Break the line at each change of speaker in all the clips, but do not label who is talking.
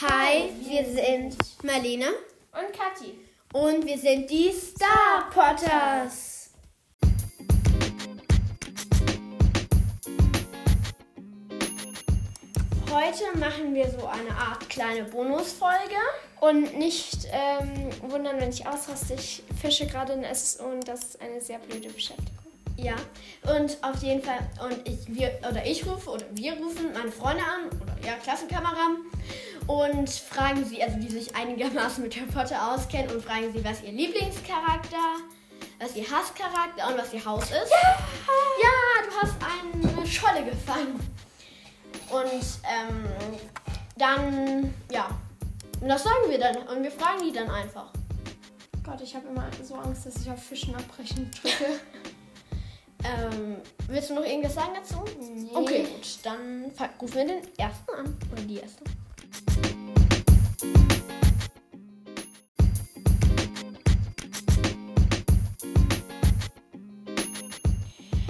Hi, wir sind Marlene
Und Kathi.
und wir sind die Star Potters. Heute machen wir so eine Art kleine Bonusfolge.
Und nicht ähm, wundern, wenn ich ausraste. Ich fische gerade ein Ess und das ist eine sehr blöde Beschäftigung.
Ja, und auf jeden Fall, und ich, wir, oder ich rufe, oder wir rufen meine Freunde an, oder ja, Klassenkameraden, und fragen sie, also die sich einigermaßen mit Harry Potter auskennen, und fragen sie, was ihr Lieblingscharakter, was ihr Hasscharakter und was ihr Haus ist. Ja, ja du hast eine Scholle gefangen. Und ähm, dann, ja, und das sagen wir dann, und wir fragen die dann einfach.
Gott, ich habe immer so Angst, dass ich auf Fischen abbrechen drücke.
Ähm, willst du noch irgendwas sagen dazu?
Nee.
Okay, gut, dann fa- rufen wir den ersten an. Oder die erste.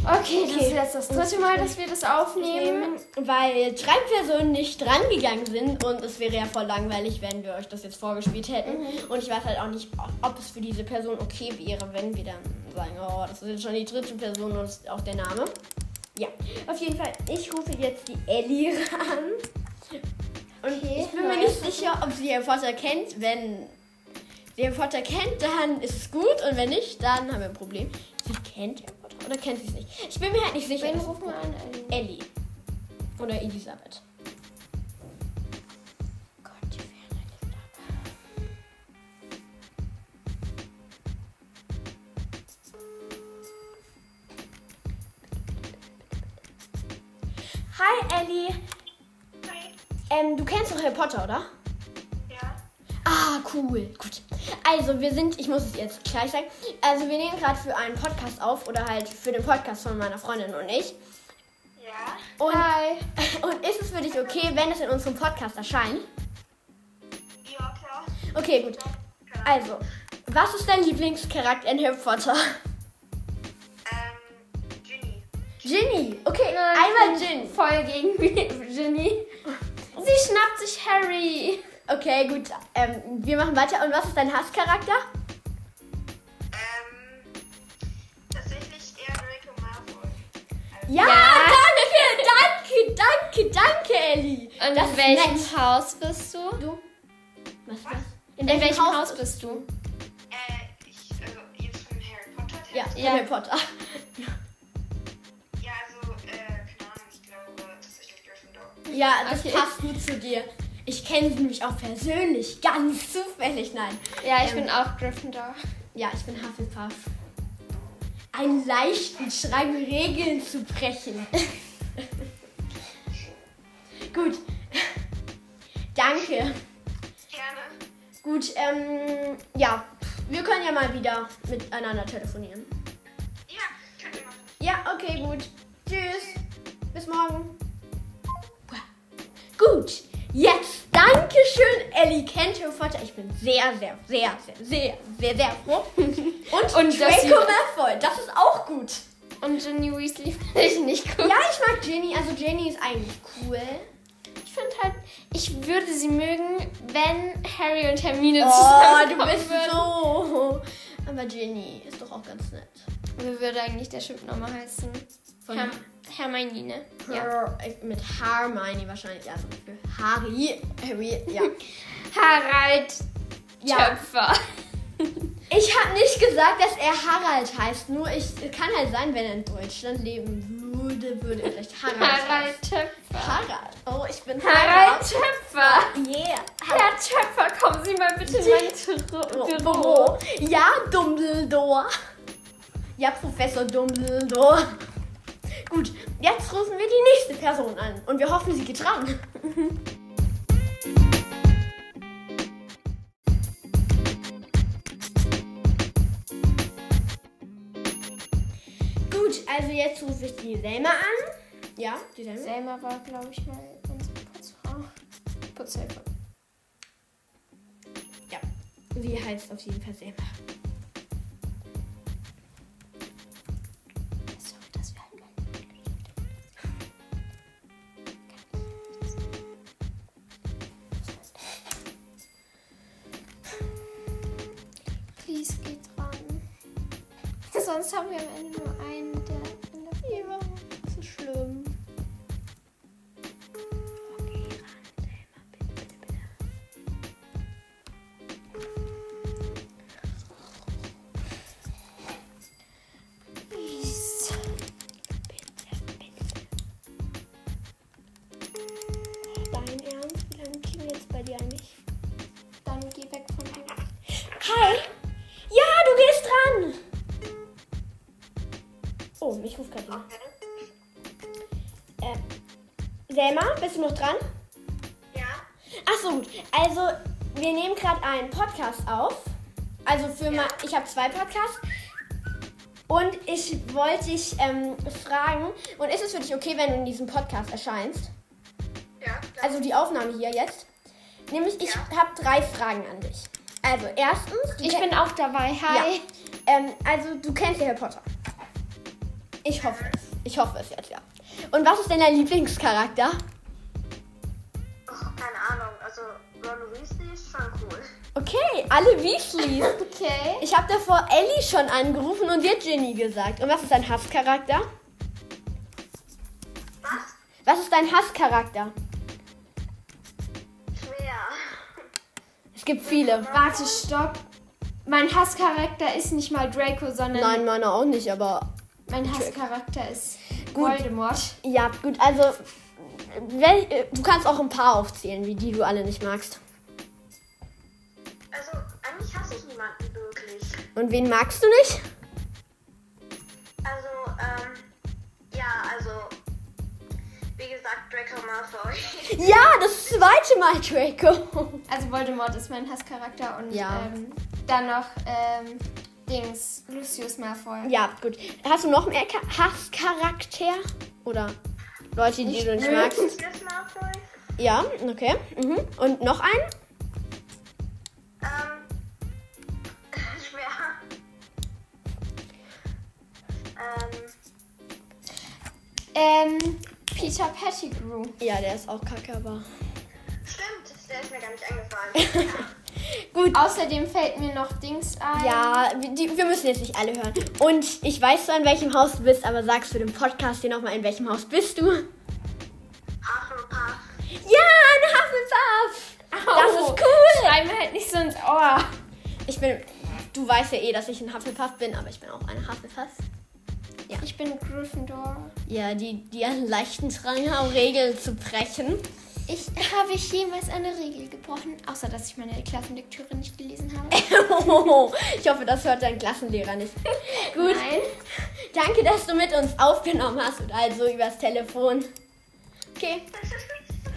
Okay, das
Okay.
ist jetzt das dritte Mal, dass wir das aufnehmen.
Weil drei Personen nicht drangegangen sind und es wäre ja voll langweilig, wenn wir euch das jetzt vorgespielt hätten. Und ich weiß halt auch nicht, ob- ob es für diese Person okay wäre, wenn wir dann sagen, oh, das ist jetzt schon die dritte Person und ist auch der Name. Ja, auf jeden Fall, ich rufe jetzt die Ellie ran. Und
Okay,
ich bin mir
nein.
nicht sicher, ob sie Harry Potter kennt. Wenn sie Harry Potter kennt, dann ist es gut. Und wenn nicht, dann haben wir ein Problem. Sie kennt Harry Potter oder kennt sie es nicht? Ich bin mir halt nicht sicher.
Wen
Das-
rufen wir an? Ellie.
Ellie. Oder Elisabeth. Gott, die Ferne liegt Hi Ellie.
Hi.
Ähm, du kennst doch Harry Potter, oder?
Ja.
Ah, cool. Gut. Also, wir sind, ich muss es jetzt gleich sagen, also wir nehmen gerade für einen Podcast auf oder halt für den Podcast von meiner Freundin und ich.
Ja.
Und, und ist es für dich okay, wenn es in unserem Podcast erscheint?
Ja, klar.
Okay, gut.
klar.
Also, was ist dein Lieblingscharakter in Harry Potter?
Ähm, Ginny.
Ginny. Okay,
Nein,
einmal
ich bin
Ginny.
Voll gegen Ginny. Sie schnappt sich Harry.
Okay, gut. Ähm, wir machen weiter. Und was ist dein Hasscharakter?
Ähm, tatsächlich eher Draco Malfoy.
Ja, danke, danke, danke, danke, Ellie.
Und
Das
in
ist
welchem
nett.
Haus bist du?
Du? Was? was?
In,
welchem
welchem
Haus
Haus, bist du?
Äh, ich, also jetzt von Harry Potter.
Ja,
Text?
ja. Harry Potter.
Ja, also, äh, keine Ahnung, ich glaube tatsächlich Gryffindor.
Ja, das
Okay.
passt gut zu dir. Ich kenne sie nämlich auch persönlich, ganz zufällig. Nein.
Ja, ich
Ähm,
bin auch Gryffindor.
Ja, ich bin Hufflepuff. Einen leichten Schrank, Regeln zu brechen. Gut. Danke.
Gerne.
Gut, ähm, ja. Wir können ja mal wieder miteinander telefonieren.
Ja, könnt ihr machen.
Ja, okay, gut. Tschüss. Bis morgen. Gut. Jetzt, Dankeschön, Ellie kennt Harry Potter. Ich bin sehr, sehr, sehr, sehr, sehr, sehr, sehr froh. Und,
Und dass sie-
Draco Malfoy, das ist auch gut.
Und Ginny Weasley finde ich nicht gut.
Ja, ich mag Jenny. Also Jenny ist eigentlich cool.
Ich finde halt, ich würde sie mögen, wenn Harry und Hermine
Oh,
zusammen
du bist so. Aber Jenny ist doch auch ganz nett.
Wie würde eigentlich der Typ nochmal heißen?
Von-
Herm Hermine. Ja.
Her, Mit Hermione wahrscheinlich. Also für Harry. Harry, ja.
Harald
ja.
Töpfer.
Ich habe nicht gesagt, dass er Harald heißt. Nur ich kann halt sein, wenn er in Deutschland leben würde, würde er vielleicht Harald. heißen.
Harald Töpfer.
Harald. Oh, ich bin
Harald Töpfer.
Yeah.
Herr Töpfer, kommen Sie mal bitte in mein
Büro.
Büro.
Büro. Ja, Dumbledore. Ja, Professor Dumbledore. Gut, jetzt rufen wir die nächste Person an und wir hoffen, sie geht ran. Gut, also jetzt rufe ich die Selma an. Ja, die Selma.
Selma war, glaube ich, mal unsere Putzfrau. Putzhelfer.
Ja. Wie heißt auf jeden Fall Selma?
Sorry, dass wir halt mal. sonst haben wir am Ende nur einen, der in der
Ja, so schlimm.
Fies. Dein Ernst? Wie lange klingen jetzt bei dir eigentlich? Dann geh weg von dir.
Hi! Ja, du gehst dran! Oh, mich ruft Katja. Äh, Selma, bist du noch dran?
Ja,
Ach so, gut. Also, wir nehmen gerade einen Podcast auf. Also für mal, ich habe zwei Podcasts. Und ich wollte dich ähm, fragen, und ist es für dich okay, wenn du in diesem Podcast erscheinst?
ja, klar.
Also die Aufnahme hier jetzt. Nämlich, ich habe drei Fragen an dich. Also, erstens, du
Ich
ken-
bin auch dabei. Hi.
Ja. Ähm, also, du kennst Harry Potter. Ich hoffe es. Ich hoffe es jetzt, ja. Und was ist denn dein Lieblingscharakter?
Ach, keine Ahnung, also Ron Weasley ist schon cool.
Okay, alle Weasleys.
Okay.
Ich habe davor Ellie schon angerufen und dir Ginny gesagt. Und was ist dein Hasscharakter?
Was?
Was ist dein Hasscharakter?
Schwer.
Es gibt viele.
Warte, stopp. Mein Hasscharakter ist nicht mal Draco, sondern
Nein, meiner auch nicht, aber
mein Hasscharakter ist
Gut.
Voldemort.
ja, gut, also wel- äh, du kannst auch ein paar aufzählen, wie die du alle nicht magst.
Also, eigentlich hasse ich niemanden wirklich.
Und wen magst du nicht?
Also, ähm, ja, also, wie gesagt, Draco Malfoy.
Ja, das zweite Mal, Draco.
Also Voldemort ist mein Hasscharakter und
Ja.
ähm, dann noch ähm, Dings, Lucius Malfoy.
Ja, gut. Hast du noch mehr Ka Hasscharakter? Oder Leute, die du nicht magst?
Lucius Malfoy.
Ja, okay. Mhm. Und noch einen?
Ähm, schwer. Ähm,
Ähm, Peter Pettigrew.
Ja, der ist auch kacke, aber.
stimmt, der ist mir gar nicht eingefallen.
Gut.
Außerdem fällt mir noch Dings ein.
Ja, wir- die, wir müssen jetzt nicht alle hören. Und ich weiß zwar, in welchem Haus du bist, aber sagst du dem Podcast hier nochmal, in welchem Haus bist du? Ja,
Hufflepuff.
in Hufflepuff! Das ist cool!
Oh, Schreib mir halt nicht so ins Ohr.
Ich bin. Du weißt ja eh, dass ich ein Hufflepuff bin, aber ich bin auch eine Hufflepuff.
Ich bin Gryffindor.
Ja, die, die einen leichten Drang haben, Regeln zu brechen.
Ich habe ich jemals eine Regel gebrochen, außer dass ich meine Klassenlektüre nicht gelesen habe.
ich hoffe, das hört dein Klassenlehrer nicht. Gut,
Nein.
danke, dass du mit uns aufgenommen hast und also übers Telefon. Okay,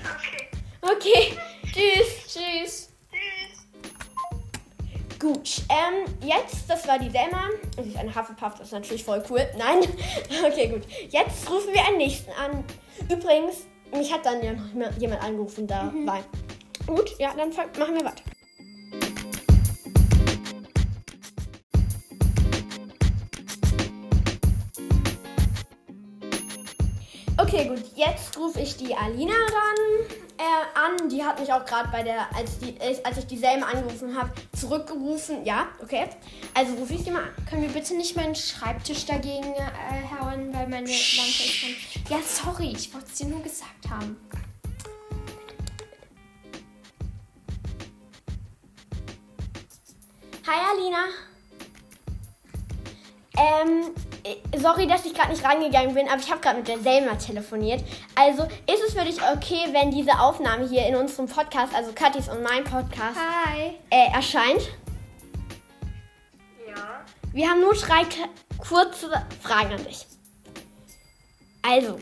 okay.
okay, tschüss.
Tschüss.
Tschüss.
Gut, ähm, jetzt, das war die Selma. Das ist eine Hufflepuff, das ist natürlich voll cool. Nein? Okay, gut. Jetzt rufen wir einen nächsten an. Übrigens, mich hat dann ja noch immer jemand angerufen dabei.
Mhm.
Gut, ja, dann fang- machen wir weiter. Okay, gut. Jetzt rufe ich die Alina ran, äh, an. Die hat mich auch gerade bei der, als, die, äh, als ich dieselben angerufen habe, zurückgerufen. Ja, okay. Also rufe ich die mal an.
Können wir bitte nicht meinen Schreibtisch dagegen äh, hauen, weil meine Lampe ist schon... Ja, sorry, ich wollte es dir nur gesagt haben.
Hi Alina. Ähm, äh, sorry, dass ich gerade nicht rangegangen bin, aber ich habe gerade mit der Selma telefoniert. Also ist es für dich okay, wenn diese Aufnahme hier in unserem Podcast, also Katis und mein Podcast,
Hi.
äh, erscheint?
Ja.
Wir haben nur drei k- kurze Fragen an dich. Also,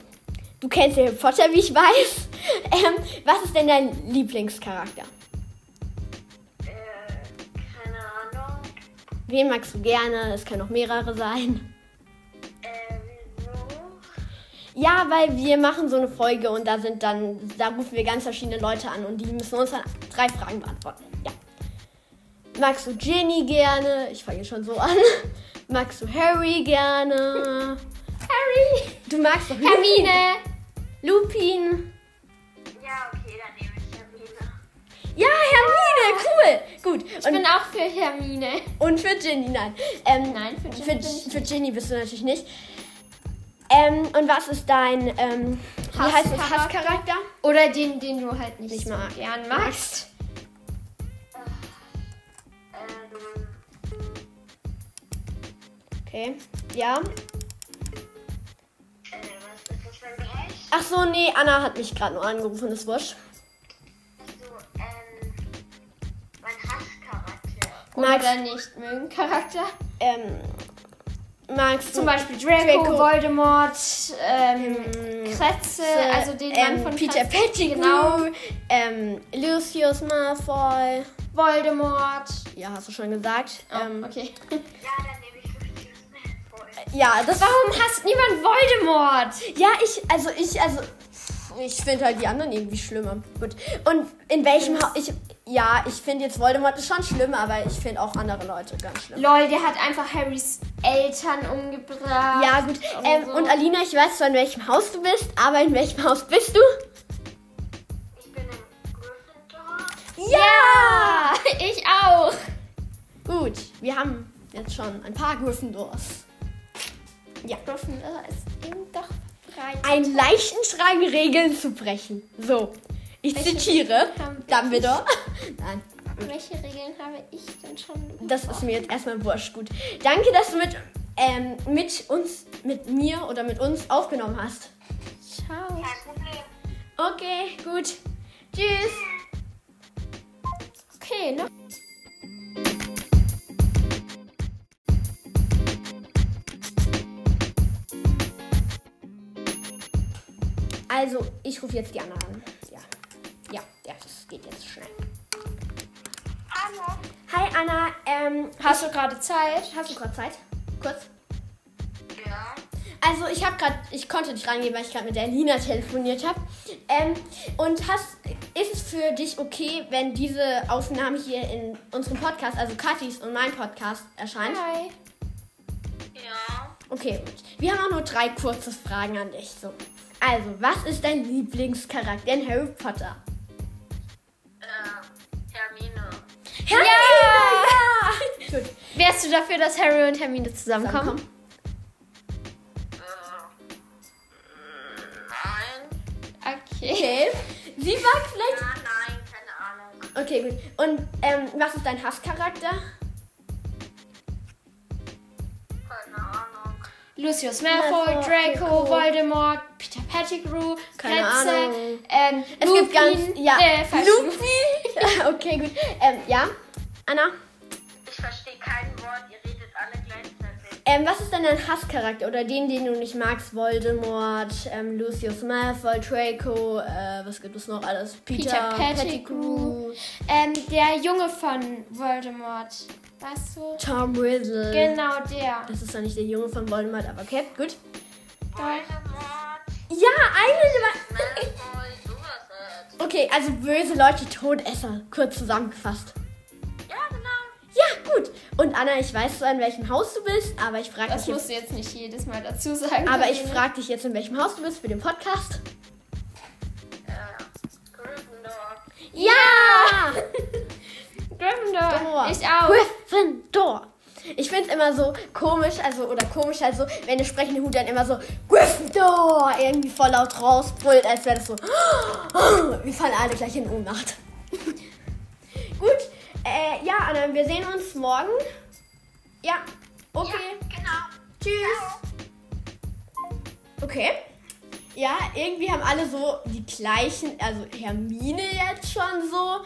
du kennst Harry Potter, wie ich weiß. Ähm, was ist denn dein Lieblingscharakter?
Äh, keine Ahnung.
Wen magst du gerne? Es können auch mehrere sein.
Äh, wieso?
Ja, weil wir machen so eine Folge und da sind dann, da rufen wir ganz verschiedene Leute an und die müssen uns dann drei Fragen beantworten. Ja. Magst du Ginny gerne? Ich fange schon so an. Magst du Harry gerne?
Harry.
Du magst doch Lupin.
Hermine.
Lupin.
Ja, okay, dann nehme ich Hermine.
Ja, Hermine, cool. Gut.
Ich
Und,
bin auch für Hermine.
und für Ginny, nein. Ähm,
Nein, für Ginny
Für,
bin ich
für Ginny bist du natürlich nicht. Ähm, und was ist dein ähm, wie
Hass-
heißt es?
Charakter?
Hasscharakter?
Oder den, den du halt nicht,
Nicht
so
mag.
gern magst.
Ähm,
Okay. Ja.
äh, was ist das für ein Bereich?
Ach so, nee, Anna hat mich gerade nur angerufen, ist wurscht.
So, ähm, mein Hasscharakter.
Magst,
Oder nicht mögen Charakter.
ähm, magst
Zum
du
Beispiel Draco,
Draco.
Voldemort, ähm,
ähm,
Kretze, also den
ähm,
Mann von
Peter
Kretze,
Pettigrew,
Genau.
ähm, Lucius Malfoy.
Voldemort.
Ja, hast du schon gesagt.
Oh,
ähm,
okay.
Ja, dann nehme ich Lucius Malfoy.
Ja, das war
Warum hasst niemand Voldemort?
Ja, ich, also ich, also pff, ich finde halt die anderen irgendwie schlimmer. Gut. Und in welchem Haus? Ich, ja, ich finde jetzt Voldemort ist schon schlimm, aber ich finde auch andere Leute ganz schlimm.
Lol, der hat einfach Harrys Eltern umgebracht.
Ja, gut. Ähm,
so.
und Alina, ich weiß zwar, in welchem Haus du bist, aber in welchem Haus bist du?
Ich bin in Gryffindor.
Ja! Ich auch.
Gut, wir haben jetzt schon ein paar Gryffindors. Ja.
Gryffindor ist eben Äh, doch frei.
Einen leichten Drang, Regeln zu brechen. So, ich
Welche
zitiere
haben-
Dumbledore. Nein.
Welche Regeln habe ich denn schon?
Das ist mir jetzt erstmal wurscht. Gut. Danke, dass du mit, ähm, mit uns, mit mir oder mit uns aufgenommen hast.
Ciao.
Kein Problem.
Okay, gut. Tschüss.
Okay, ne? noch.
Also, ich rufe jetzt die Anna an. Ja. Ja, ja, das geht jetzt schnell.
Hallo.
Hi Anna, ähm,
Hast du gerade Zeit?
hast du gerade Zeit? Kurz?
Ja.
Also ich habe gerade, ich konnte nicht rangehen, weil ich gerade mit der Lina telefoniert habe. Ähm, und hast, ist es für dich okay, wenn diese Aufnahme hier in unserem Podcast, also Katis und mein Podcast erscheint?
Hi.
Ja.
Okay, gut. Wir haben auch nur drei kurze Fragen an dich. So. Also, was ist dein Lieblingscharakter in Harry Potter?
Ähm, Hermine.
Hermine! Ja! Gut.
Wärst du dafür, dass Harry und Hermine zusammenkommen?
Zusammenkommen.
Äh, mm, nein.
Okay.
Okay. Sie mag vielleicht.
Ja, nein, keine Ahnung.
Okay, gut. Und ähm, was ist dein Hasscharakter?
Keine Ahnung.
Lucius
Malfoy,
Malfoy, Draco,
Draco.
Voldemort, Peter Pettigrew,
Keine
Kretze,
Ahnung.
ähm,
Es
Lupin,
gibt ganz. Ja.
äh, falsch,
Lupi! okay, gut. Ähm, ja. Anna,
Ich verstehe kein Wort, ihr redet alle gleichzeitig.
ähm, was ist denn dein Hasscharakter oder den, den du nicht magst? Voldemort, ähm, Lucius Malfoy, Draco, äh, was gibt es noch alles?
Peter Pettigrew. Ähm, der Junge von Voldemort. Weißt du?
Tom Riddle.
Genau der.
Das ist zwar nicht der Junge von Voldemort, aber okay, gut.
Voldemort,
Ja, eine.
Malfoy, sowas halt.
Okay, also böse Leute, Todesser, kurz zusammengefasst.
Ja, genau.
Ja, gut. Und Anna, ich weiß zwar, in welchem Haus du bist, aber ich frage
Das
dich jetzt.
musst du jetzt nicht jedes Mal dazu sagen.
Aber ich
Karina.
frage dich jetzt, in welchem Haus du bist für den Podcast.
Äh, Gryffindor.
Ja!
Ah! Gryffindor.
Gryffindor.
Ich auch.
Gryffindor. Ich finde es immer so komisch, also oder komisch, also wenn der sprechende Hut dann immer so Gryffindor irgendwie voll laut rausbrüllt, als wäre das so. wir fallen alle gleich in Ohnmacht. Gut, äh, ja, Anna, wir sehen uns morgen. Ja, okay,
Genau.
tschüss. Okay. Ja, irgendwie haben alle so die gleichen, also Hermine jetzt schon so.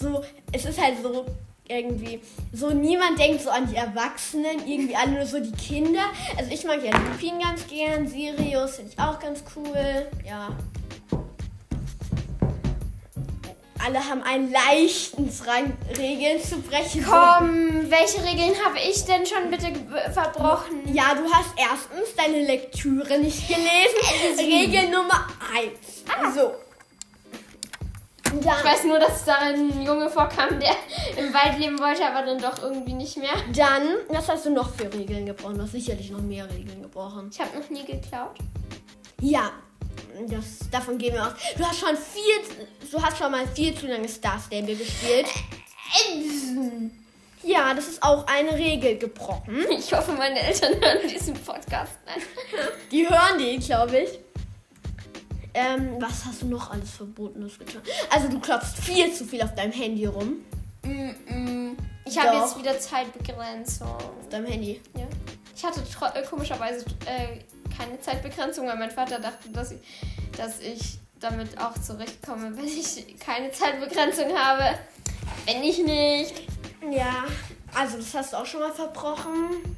So, es ist halt so irgendwie, so niemand denkt so an die Erwachsenen, irgendwie alle nur so die Kinder. Also ich mag ja Lupin ganz gern, Sirius finde ich auch ganz cool, ja. Alle haben einen leichten Drang, Regeln zu brechen. So-
Komm, welche Regeln habe ich denn schon bitte ge- verbrochen?
Ja, du hast erstens deine Lektüre nicht gelesen. Regel Nummer 1. So.
Ich
Dann,
weiß nur, dass darin ein Junge vorkam, der im Wald leben wollte, aber dann doch irgendwie nicht mehr.
dann, was hast du noch für Regeln gebrochen? Du hast sicherlich noch mehr Regeln gebrochen.
Ich habe noch nie geklaut.
Ja, das, davon gehen wir aus. Du hast schon viel, du hast schon mal viel zu lange Star Stable gespielt. Bremsen. Ja, das ist auch eine Regel gebrochen.
Ich hoffe, meine Eltern hören diesen Podcast. Nein.
Die hören die, glaube ich. Ähm, was hast du noch alles Verbotenes getan? Also du klopfst viel zu viel auf deinem Handy rum.
Mm, mm. Ich habe
Doch.
jetzt wieder Zeitbegrenzung.
Auf deinem Handy.
Ja. Ich hatte tro- äh, komischerweise äh, keine Zeitbegrenzung, weil mein Vater dachte, dass ich, dass ich damit auch zurechtkomme, wenn ich keine Zeitbegrenzung habe. Wenn ich nicht.
Ja, also das hast du auch schon mal verbrochen.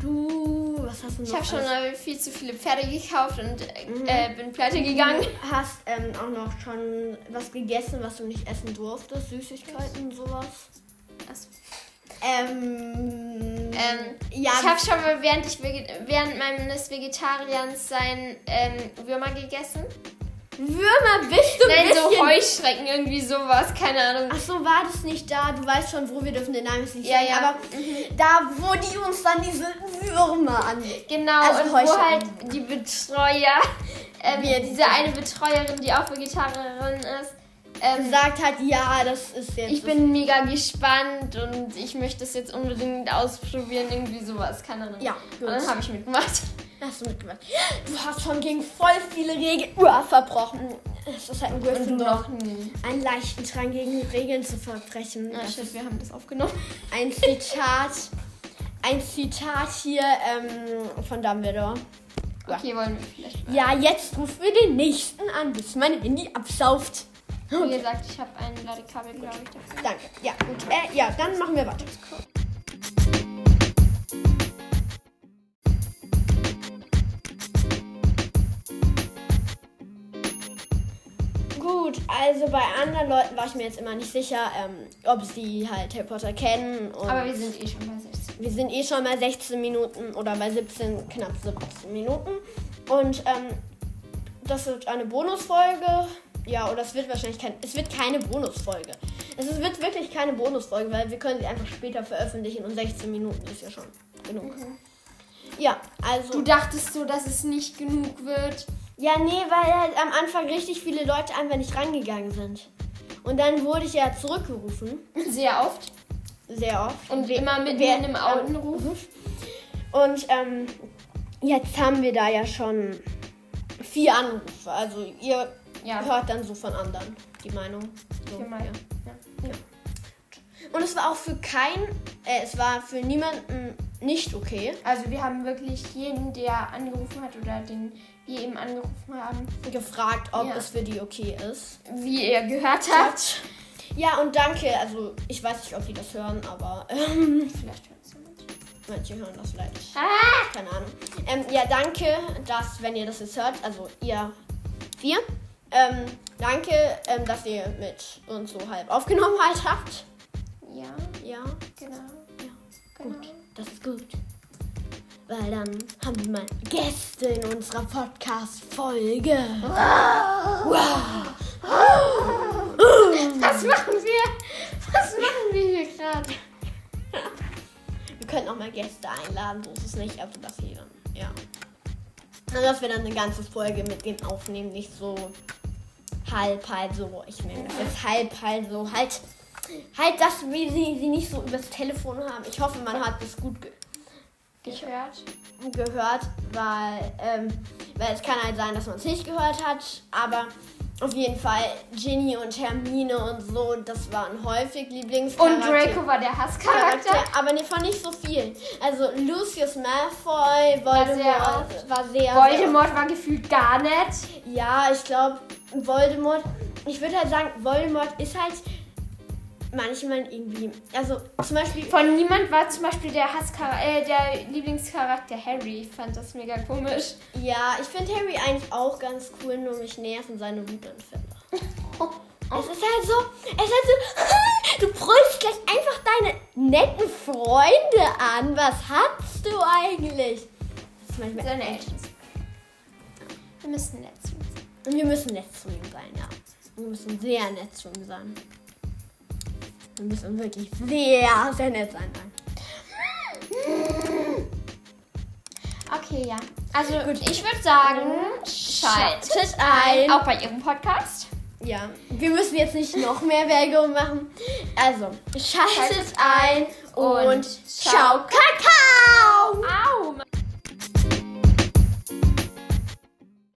Du, was hast du noch?
Ich habe schon
alles?
äh, viel zu viele Pferde gekauft und äh, äh, bin pleite gegangen.
Du hast ähm, auch noch schon was gegessen, was du nicht essen durftest, Süßigkeiten und sowas.
Achso.
Ähm,
Ähm,
ja,
ich habe schon mal während, ich vege- während meines Vegetarians sein ähm, Würmer gegessen.
Würmer bist du ein
Nein,
bisschen.
so Heuschrecken, irgendwie sowas, keine Ahnung.
Ach so, war das nicht da? Du weißt schon, wo wir dürfen den Namen jetzt nicht
Ja,
sagen,
ja. Mhm.
aber da, wo die uns dann diese Würmer an.
Genau,
Also
und wo
Heuschrecken.
halt die Betreuer, ähm,
Wir-
diese eine Betreuerin, die auch Vegetarierin ist, ähm,
Gesagt hat, ja, das ist jetzt.
ich bin mega gespannt und ich möchte es jetzt unbedingt ausprobieren, irgendwie sowas, keine Ahnung.
Ja,
Und dann
gut.
habe ich mitgemacht.
Hast du mitgemacht. Du hast schon gegen voll viele Regeln uah, verbrochen. Es ist halt ein
Und du
Gryffindor.
noch nie.
Einen leichten Drang gegen Regeln zu verbrechen.
Na
Das
shit, wir haben das aufgenommen.
ein Zitat. ein Zitat hier ähm, von Dumbledore. Ja.
Okay, wollen wir vielleicht mal.
Ja, jetzt ruf mir den nächsten an, bis mein Handy absauft.
Wie gesagt, ich habe ein Ladekabel, glaube ich, dafür.
Danke. Ja, gut. Äh, ja, dann machen wir weiter. Gut, also bei anderen Leuten war ich mir jetzt immer nicht sicher, ähm, ob sie halt Harry Potter kennen. Und
Aber wir sind eh schon bei 16.
wir sind eh schon bei 16 Minuten oder bei 17, knapp 17 Minuten. Und ähm, das wird eine Bonusfolge. Ja, oder es wird wahrscheinlich kein, es wird keine Bonusfolge. Es ist- wird wirklich keine Bonusfolge, weil wir können sie einfach später veröffentlichen und 16 Minuten ist ja schon genug. Ja, also.
Mhm. Du dachtest so, dass es nicht genug wird.
Ja, nee, weil halt am Anfang richtig viele Leute einfach nicht rangegangen sind. Und dann wurde ich ja zurückgerufen,
Sehr oft.
sehr oft.
Und
We-
immer mit
wer- Mhm.
einem Augenruf.
Und ähm, jetzt haben wir da ja schon vier Anrufe. Also ihr
Ja.
hört dann so von anderen die Meinung. So.
Für mal. Ja.
Und es war auch für kein, äh, es war für niemanden nicht okay.
Also wir haben wirklich jeden, der angerufen hat oder den wir eben angerufen haben,
Gefragt, ob
Ja.
es für die okay ist.
wie ihr gehört habt.
Ja, und danke. Also ich weiß nicht, ob die das hören, aber ähm,
Vielleicht hört es jemand.
manche hören das vielleicht.
Ah!
keine Ahnung. Ähm, ja, danke, dass, wenn ihr das jetzt hört, also ihr vier, ähm, danke, ähm, dass ihr mit uns so halb aufgenommen halt habt.
Ja,
Ja,
genau.
Ja,
Genau.
gut, das ist gut. Weil dann haben wir mal Gäste in unserer Podcast-Folge.
Was machen wir? Was machen wir hier gerade?
Wir könnten auch mal Gäste einladen, so ist es nicht, also dass ihr dann, ja. Also, dass wir dann eine ganze Folge mit denen aufnehmen, nicht so halb, halt so, ich nenne das jetzt halb, halt so, halt, halt, dass wir sie, sie nicht so übers Telefon haben. Ich hoffe, man hat das gut ge
Gehört.
gehört, weil, ähm, weil es kann halt sein, dass man es nicht gehört hat, aber auf jeden Fall Ginny und Hermine und so, das waren häufig Lieblingscharaktere.
Und Draco war der Hasscharakter.
Charakter, aber ne, von nicht so viel. Also Lucius Malfoy,
War sehr
Voldemort war sehr.
Voldemort war gefühlt gar nicht.
Sehr, ja, ich glaube, Voldemort. Ich würde halt sagen, Voldemort ist halt manchmal irgendwie. Also zum Beispiel.
Von niemand war zum Beispiel der Hasschar äh, der Lieblingscharakter Harry. Ich fand das mega komisch.
Ja, ich finde Harry eigentlich auch ganz cool, nur mich nerven seine Wutanfälle. Es ist halt so, es ist halt so, du brüllst gleich einfach deine netten Freunde an. Was hast du eigentlich? Das ist manchmal
Seine Eltern. Wir müssen nett zu ihm sein.
Und wir müssen nett zu ihm sein, ja. Wir müssen sehr nett zu ihm sein. Wir müssen wirklich sehr, sehr nett sein. Nein.
Okay, ja. Also ich würde sagen,
Schaltet
schaltet
ein.
auch bei ihrem Podcast.
Ja, wir müssen jetzt nicht noch mehr Werbung machen. Also, schaltet ein und ciao, Kai!